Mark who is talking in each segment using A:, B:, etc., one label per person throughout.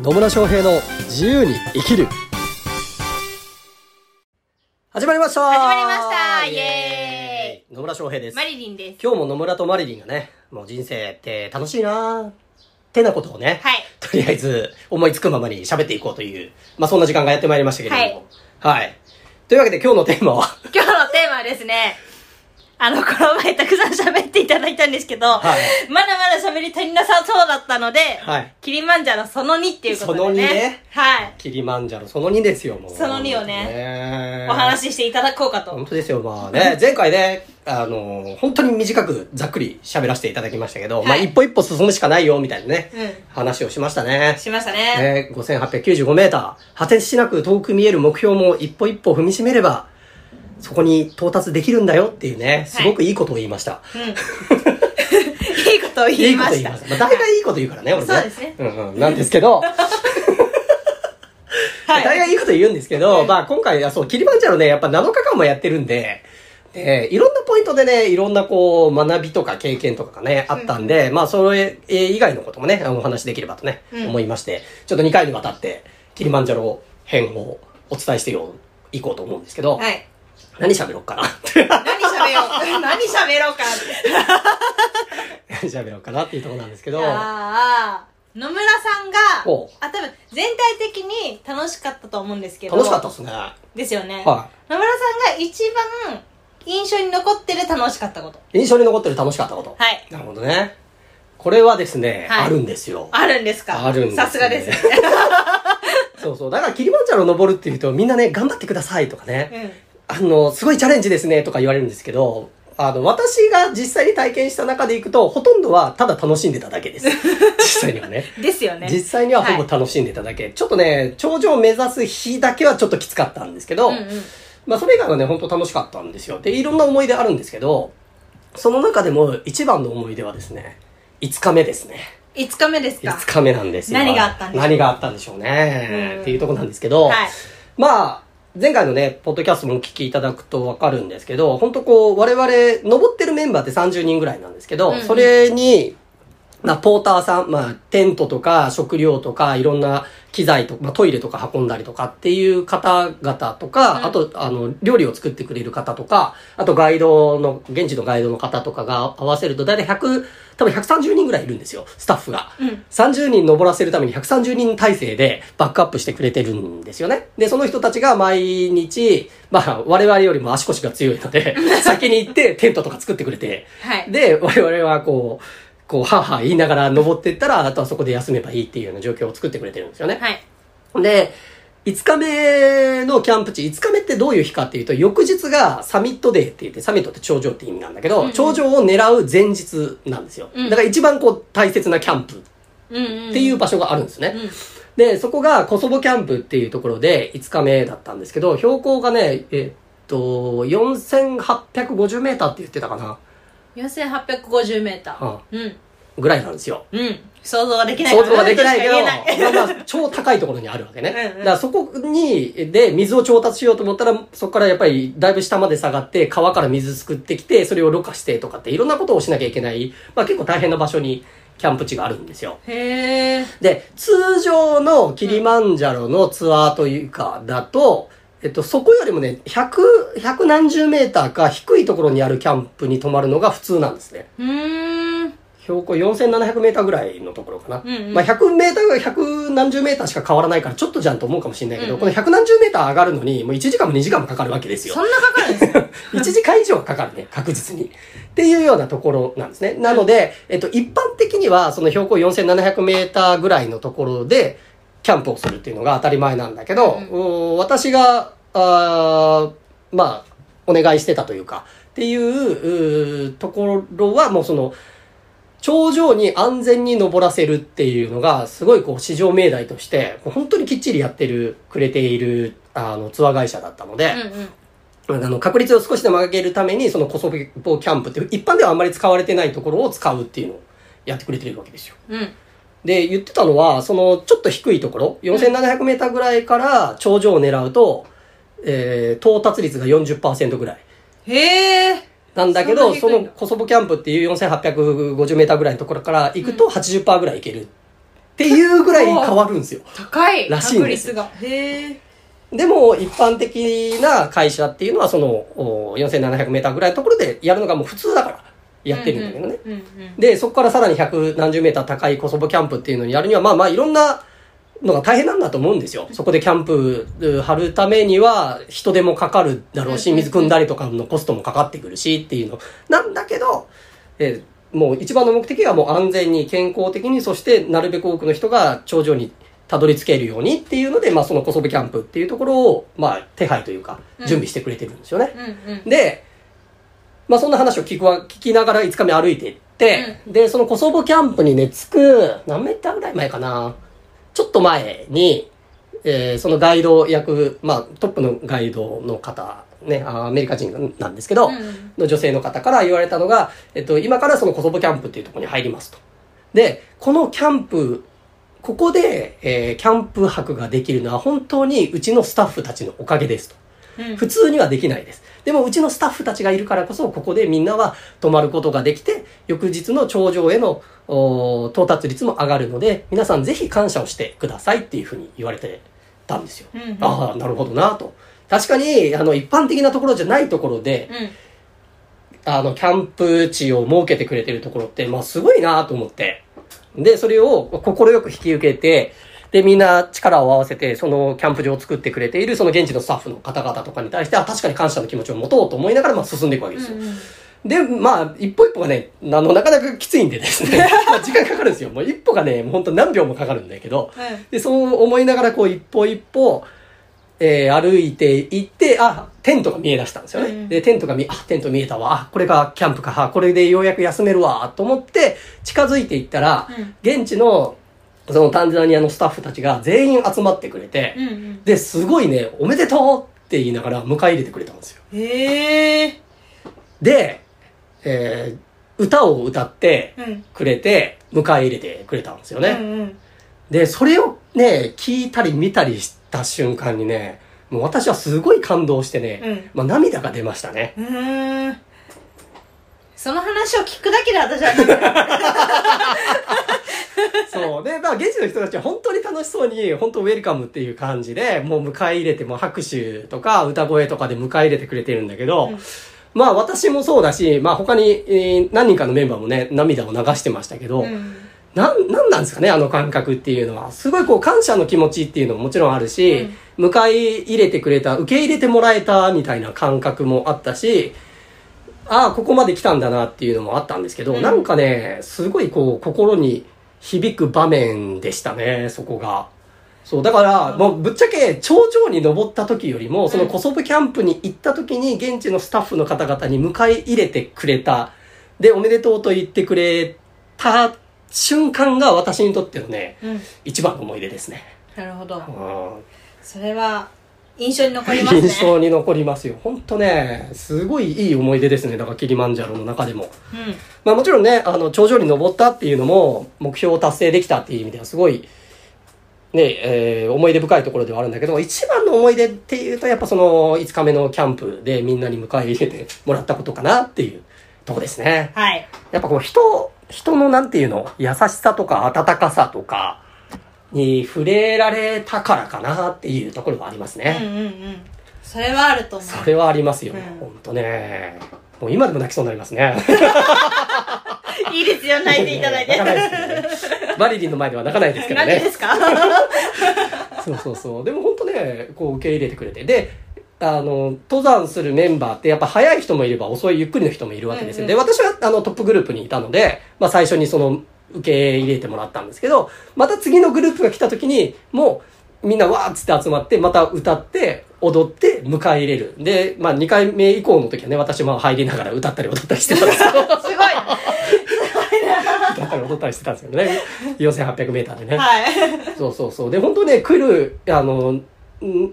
A: 野村翔平の自由に生きる始まりました
B: 始まりましたイエ
A: ーイ野村翔平です
B: マリリンです。
A: 今日も野村とマリリンがねもう人生って楽しいなーってなことをね、
B: はい。
A: とりあえず思いつくままに喋っていこうという、まあ、そんな時間がやってまいりましたけれどもはい、というわけで今日のテーマは
B: 今日のテーマはですね、あの、この前たくさん喋っていただいたんですけど、
A: はい
B: まだまだ喋り足りなさそうだったので、
A: はい
B: キリマンジャロその2っていうことでね。
A: その二ね
B: はい。
A: キリマンジャロその2ですよもう
B: その二をね
A: ね
B: お話ししていただこうかと。
A: 本当ですよ、まあね、前回ね、あの本当に短くざっくり喋らせていただきましたけど、
B: はい
A: まあ一歩一歩進むしかないよ、みたいなね、
B: うん
A: 話をしましたね。
B: しましたね。
A: ね、5895メーター、果てしなく遠く見える目標も一歩一歩踏みしめれば、そこに到達できるんだよっていうね、すごくいいことを言いました。
B: うん。 いいことを言いました。
A: いいこと言いました。まあ、大体いいこと言うからね、俺ね。
B: そうですね
A: うんうん。なんですけど、大
B: はい。
A: 概いいこと言うんですけど、
B: うん
A: まあ今回はそう、キリマンジャロね、やっぱ7日間もやってるんで、で、いろんなポイントでね、いろんなこう、学びとか経験とかがね、あったんで、まあそれえー以外のこともね、お話しできればとね、
B: うん
A: 思いまして、ちょっと2回にわたって、キリマンジャロ編をお伝えしてよ、いこうと思うんですけど、
B: はい。
A: 何喋ろうかな
B: 何喋ろう何喋ろうかって。
A: 何喋ろうかなっていうところなんですけど、
B: あー野村さんが
A: おう、
B: あ、多分全体的に楽しかったと思うんですけど。
A: 楽しかったですね。は
B: ですよね。
A: い。
B: 野村さんが一番印象に残ってる楽しかったこと。
A: 印象に残ってる楽しかったこと。
B: はい
A: なるほどね。これはですね、
B: はい
A: あるんですよ。
B: あるんですか
A: あるんですね
B: さすがですね。
A: そうそう。だから、キリマンジャロ登るっていうと、みんなね、頑張ってくださいとかね、
B: うん。
A: あの、すごいチャレンジですねとか言われるんですけど、あの、私が実際に体験した中でいくと、ほとんどはただ楽しんでただけです。 実際にはね。
B: ですよね。
A: 実際にはほぼ楽しんでただけ、ちょっとね、頂上を目指す日だけはちょっときつかったんですけど、
B: うんうん。
A: まあそれ以外はね、本当楽しかったんですよ。で、いろんな思い出あるんですけど、その中でも一番の思い出はですね、5日目ですね。
B: 5日目ですか
A: 5日目なんですよ。
B: 何があったんでしょう
A: 何があったんでしょうね。
B: うん
A: っていうところなんですけど、
B: はい。
A: まあ、前回のね、ポッドキャストもお聞きいただくとわかるんですけど、本当こう、我々、登ってるメンバーって30人ぐらいなんですけど、
B: うんうん
A: それに、まあ、ポーターさん、まあ、テントとか、食料とか、いろんな機材とか、まあ、トイレとか運んだりとかっていう方々とか、
B: うん
A: あと、あの、料理を作ってくれる方とか、あとガイドの、現地のガイドの方とかが合わせると、だいたい100、多分130人ぐらいいるんですよ、スタッフが。
B: うん。
A: 30人登らせるために130人体制でバックアップしてくれてるんですよね。で、その人たちが毎日、まあ、我々よりも足腰が強いの で、先に行ってテントとか作ってくれて、
B: はい。
A: で、我々はこう、こう、はあはあ言いながら登ってったら、あとはそこで休めばいいっていうような状況を作ってくれてるんですよね。
B: はい。
A: で、5日目のキャンプ地、5日目ってどういう日かっていうと、翌日がサミットデーって言って、サミットって頂上って意味なんだけど、
B: うんうん
A: 頂上を狙う前日なんですよ。
B: うん
A: だから一番こう大切なキャンプ
B: うんうん。
A: っていう場所があるんですね。
B: うん。
A: で、そこがコソボキャンプっていうところで5日目だったんですけど、標高がね、えっと、4850メーターって言ってたかな、
B: 4850メーター
A: は。
B: うん。
A: ぐらいなんですよ。
B: うん。想像ができない
A: 想像ができないけど、
B: うんとしか言えない
A: まあまあ、超高いところにあるわけね。
B: うんう
A: だ
B: ん
A: からそこに、で、水を調達しようと思ったら、そこからやっぱり、だいぶ下まで下がって、川から水すくってきて、それをろ過してとかって、いろんなことをしなきゃいけない、まあ結構大変な場所に、キャンプ地があるんですよ。
B: へー。
A: で、通常のキリマンジャロのツアーというか、だと、えっと、そこよりもね、100、100何十メーターか低いところにあるキャンプに泊まるのが普通なんですね。
B: うーん。
A: 標高4700メーターぐらいのところかな。
B: うんうん
A: まあ100メーターが100何十メーターしか変わらないからちょっとじゃんと思うかもしれないけど、
B: うん
A: この100何十メーター上がるのにもう1時間も2時間もかかるわけですよ
B: そ。んなかかるんで すか
A: 1時間以上はかかるね、確実に。っていうようなところなんですね。なので、えっと、一般的には、その標高4700メーターぐらいのところで、キャンプをするっていうのが当たり前なんだけど、
B: うん
A: うん私が、あーまあ、お願いしてたというか、っていううーところは、もうその、頂上に安全に登らせるっていうのが、すごいこう、市場命題として、本当にきっちりやってる、くれている、あの、ツアー会社だったので、
B: うんうん。
A: あの、確率を少しでも上げるために、そのコソボキャンプって、一般ではあんまり使われてないところを使うっていうのをやってくれてるわけですよ。
B: うん。
A: で、言ってたのは、その、ちょっと低いところ、4700メーターぐらいから頂上を狙うと、えー、到達率が40%ぐらい。
B: へー。
A: なんだけど、そ
B: そんなに低いんだ
A: のコソボキャンプっていう4850メーターぐらいのところから行くと80%ぐらいいける。っていうぐらい変わるんですよ。
C: 高い
A: らしいん
C: 確
A: です
C: 率がへえ
A: でも、一般的な会社っていうのは、その、お4700メーターぐらいのところでやるのがもう普通だから、やってるんだけどね。
C: うんうん
A: で、そこからさらに百何十メーター高いコソボキャンプっていうのにやるには、まあまあいろんなのが大変なんだと思うんですよ。そこでキャンプう張るためには人手もかかるだろうし、
C: うん
A: 水汲んだりとかのコストもかかってくるしっていうの。なんだけど、えーもう一番の目的はもう安全に健康的に、そしてなるべく多くの人が頂上にたどり着けるようにっていうので、まあそのコソボキャンプっていうところを、まあ手配というか
C: うん
A: 準備してくれてるんですよね。
C: うんうん
A: で、まあ、そんな話を聞くわ聞きながら5日目歩いていって、で、そのコソボキャンプにね、着く、何メーターぐらい前かな。ちょっと前に、えーそのガイド役、まあ、トップのガイドの方、ね、あアメリカ人なんですけど、
C: うん
A: の女性の方から言われたのが、えっと、今からそのコソボキャンプっていうところに入りますと。で、このキャンプ、ここで、えーキャンプ泊ができるのは本当にうちのスタッフたちのおかげですと。
C: うん
A: 普通にはできないです。でもうちのスタッフたちがいるからこそ、ここでみんなは泊まることができて、翌日の頂上へのおー到達率も上がるので、皆さんぜひ感謝をしてくださいっていうふうに言われてたんですよ。
C: うんうん
A: ああ、なるほどなと。確かに、あの、一般的なところじゃないところで、
C: うん
A: あの、キャンプ地を設けてくれてるところって、まあ、すごいなと思って。で、それを快く引き受けて、で、みんな力を合わせて、そのキャンプ場を作ってくれている、その現地のスタッフの方々とかに対して、あ、確かに感謝の気持ちを持とうと思いながら、まあ、進んでいくわけですよ。で、まあ、一歩一歩がね、あの、なかなかきついんでですね、まあ時間かかるんですよ。もう一歩がね、もうほんと何秒もかかるんだけど、
C: はい
A: で、そう思いながら、こう、一歩一歩、えー歩いていって、あ、テントが見え出したんですよね。
C: うん
A: で、テントが見、あ、テント見えたわ。あ、これがキャンプか。あこれでようやく休めるわ。と思って、近づいていったら、
C: うん
A: 現地の、そのタンザニアのスタッフたちが全員集まってくれて、
C: うんうん
A: で、すごいね、おめでとうって言いながら迎え入れてくれたんですよ。
C: へえ
A: で、えー歌を歌って
C: うん
A: くれて、迎え入れてくれたんですよね。
C: うんうん
A: で、それをね、聞いたり見たりした瞬間にね、もう私はすごい感動してね、
C: うん
A: まあ涙が出まし たね。
C: うーんその話を聞くだけで私はね
A: そう。で、まあ現地の人たちは本当に楽しそうに、本当ウェルカムっていう感じで、もう迎え入れて、もう拍手とか歌声とかで迎え入れてくれてるんだけど、
C: うん
A: まあ私もそうだし、まあ他に、えー何人かのメンバーもね、涙を流してましたけど、
C: うん
A: なん、なんなんですかね、あの感覚っていうのは。すごいこう、感謝の気持ちっていうのももちろんあるし、迎え入れてくれた、受け入れてもらえたみたいな感覚もあったし、ああ、ここまで来たんだなっていうのもあったんですけど、
C: うん
A: なんかね、すごいこう、心に響く場面でしたね、そこが。そう、だから、もうぶっちゃけ、頂上に登った時よりも、そのコソブキャンプに行った時に、現地のスタッフの方々に迎え入れてくれた、で、おめでとうと言ってくれた瞬間が私にとってのね、
C: うん
A: 一番の思い出ですね。
C: なるほど
A: うん
C: それは印象に残りますね
A: 印象に残りますよ。ほんとね、すごいいい思い出ですね。だからキリマンジャロの中でも。
C: うん
A: まあもちろんね、あの、頂上に登ったっていうのも、目標を達成できたっていう意味ではすごい、ね、えー思い出深いところではあるんだけど、一番の思い出っていうと、やっぱその、5日目のキャンプでみんなに迎え入れてもらったことかなっていうとこですね。
C: はい
A: やっぱこう人、人のなんていうの、優しさとか温かさとかに触れられたからかなっていうところはあります
C: うん
A: ね。
C: うんうんそれはあると思う
A: それはありますよね。
C: うん
A: ほんとね。もう今でも泣きそうになりますね。
C: いいですよ泣いていただいて
A: 泣かないですけどね。マリリンの前では泣かないですけど
C: 何で
A: ね。
C: すか
A: そうそうそう。でも本当ね、こう受け入れてくれて。で、あの、登山するメンバーってやっぱ早い人もいれば遅いゆっくりの人もいるわけですよ。
C: うんうん
A: で、私はあのトップグループにいたので、まあ最初にその受け入れてもらったんですけど、また次のグループが来た時に、もうみんなわーっつって集まって、また歌って、踊って迎え入れる。で、まあ2回目以降の時はね、私も入りながら歌ったり踊ったりしてたんで すけど、
C: すごいは
A: 歌ったり踊ったりしてたんですけどね。4800メーターでね。
C: い
A: そうそうそう。で、本当ね、来る、あの、ん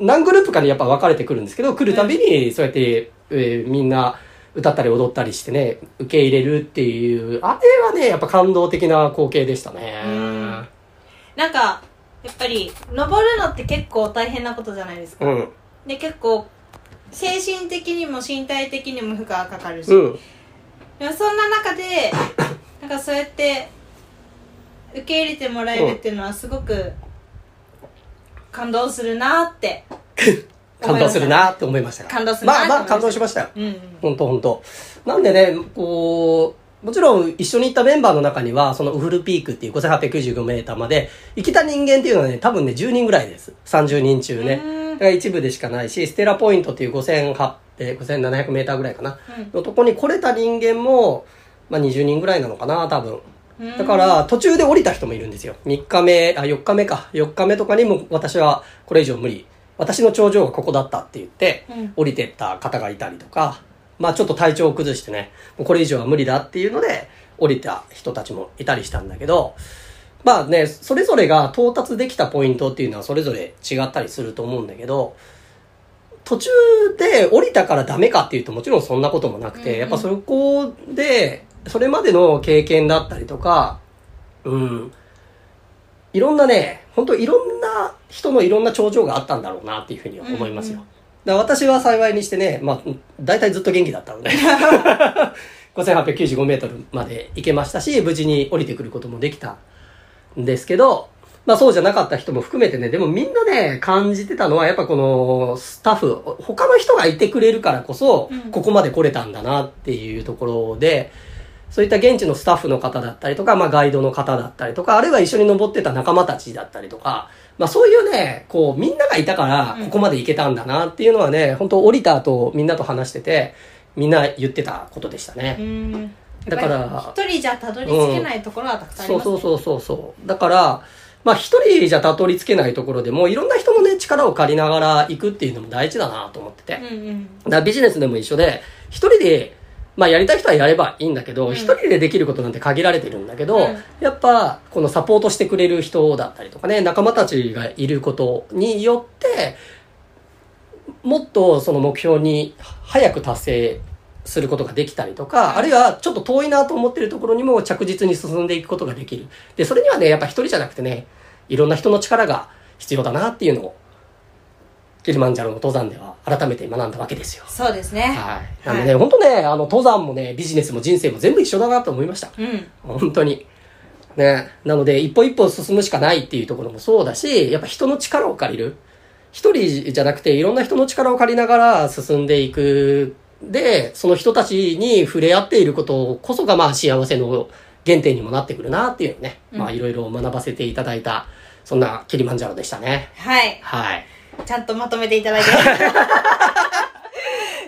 A: 何グループかにやっぱ分かれてくるんですけど、来るたびに、そうやって、えーみんな歌ったり踊ったりしてね、受け入れるっていう、あれはね、やっぱ感動的な光景でしたね。
C: うんなんかやっぱり登るのって結構大変なことじゃないですか
A: うん。
C: で結構精神的にも身体的にも負荷がかかるし、
A: うん。
C: でもそんな中でなんかそうやって受け入れてもらえるっていうのはすごく感動するなって
A: 感動するなって思いましたが
C: 感動するなって
A: まあま
C: 思い
A: あ
C: ました
A: 感動しましたよ。
C: うん
A: 本当本当なんでね、こう、もちろん一緒に行ったメンバーの中には、そのウフルピークっていう5895メーターまで、行きた人間っていうのはね、多分ね、10人ぐらいです。30人中ね
C: うん。
A: だから一部でしかないし、ステラポイントっていう5800、5700メーターぐらいかな。
C: う
A: のとこに来れた人間も、まあ20人ぐらいなのかな、多分。
C: うん
A: だから、途中で降りた人もいるんですよ。3日目、あ、4日目か。4日目とかにも、私はこれ以上無理。私の頂上はここだったって言って
C: うん、
A: 降りてった方がいたりとか、まあちょっと体調を崩してね、もうこれ以上は無理だっていうので、降りた人たちもいたりしたんだけど、まあね、それぞれが到達できたポイントっていうのはそれぞれ違ったりすると思うんだけど、途中で降りたからダメかっていうともちろんそんなこともなくて、
C: うんうん
A: やっぱそこで、それまでの経験だったりとか、うん、いろんなね、本当いろんな人のいろんな頂上があったんだろうなっていうふうに思いますよ。
C: うんう
A: だから私は幸いにしてね、まあ、大体ずっと元気だったので、5895メートルまで行けましたし、無事に降りてくることもできたんですけど、まあそうじゃなかった人も含めてね、でもみんなね、感じてたのはやっぱこのスタッフ、他の人がいてくれるからこそ
C: うん、
A: ここまで来れたんだなっていうところで、そういった現地のスタッフの方だったりとか、まあガイドの方だったりとか、あるいは一緒に登ってた仲間たちだったりとか、まあそういうね、こうみんながいたから
C: うん
A: ここまで行けたんだなっていうのはね、本当降りた後みんなと話してて、みんな言ってたことでしたね。
C: うん
A: だから
C: やっぱり一人じゃたどり着けないところはたくさんあり
A: そう
C: ますね
A: そうそうそうそう。だから、まあ一人じゃたどり着けないところでも、いろんな人のね、力を借りながら行くっていうのも大事だなと思ってて。
C: うんうん
A: だからビジネスでも一緒で、一人で、まあやりたい人はやればいいんだけど、
C: うん
A: 一人でできることなんて限られてるんだけど、
C: うん
A: やっぱこのサポートしてくれる人だったりとかね、仲間たちがいることによって、もっとその目標に早く達成することができたりとか、あるいはちょっと遠いなと思ってるところにも着実に進んでいくことができる。で、それにはね、やっぱ一人じゃなくてね、いろんな人の力が必要だなっていうのを、キリマンジャロの登山では改めて学んだわけですよ。
C: そうですね
A: はい。なんでね、本当ね、あの、登山もね、ビジネスも人生も全部一緒だなと思いました。
C: うん
A: 本当に。ね。なので、一歩一歩進むしかないっていうところもそうだし、やっぱ人の力を借りる。一人じゃなくて、いろんな人の力を借りながら進んでいく。で、その人たちに触れ合っていることこそが、まあ、幸せの原点にもなってくるなっていうね。
C: うん
A: まあ、いろいろ学ばせていただいた、そんなキリマンジャロでしたね。
C: はい
A: はい。
C: ちゃんとまとめていただいて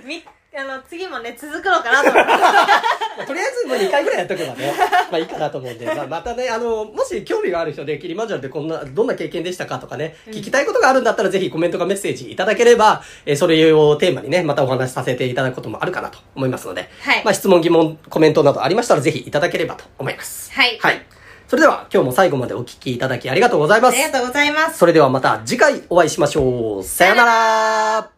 C: みあの次もね続くのかなと思って
A: まあとりあえずもう2回ぐらいやっとけばね、 まあいいかなと思うんで、まあ、またね、あの、もし興味がある人で、キリマンジャロってこんな、どんな経験でしたかとかね、聞きたいことがあるんだったら、ぜひコメントかメッセージいただければ、えーそれをテーマにね、またお話しさせていただくこともあるかなと思いますので、
C: はい
A: まあ質問、疑問、コメントなどありましたら、ぜひいただければと思います。
C: はい
A: はい。それでは、今日も最後までお聞きいただきありがとうござい
C: あ
A: ます
C: り。がとうございます
A: それではまた次回お会いしましょう。さよなら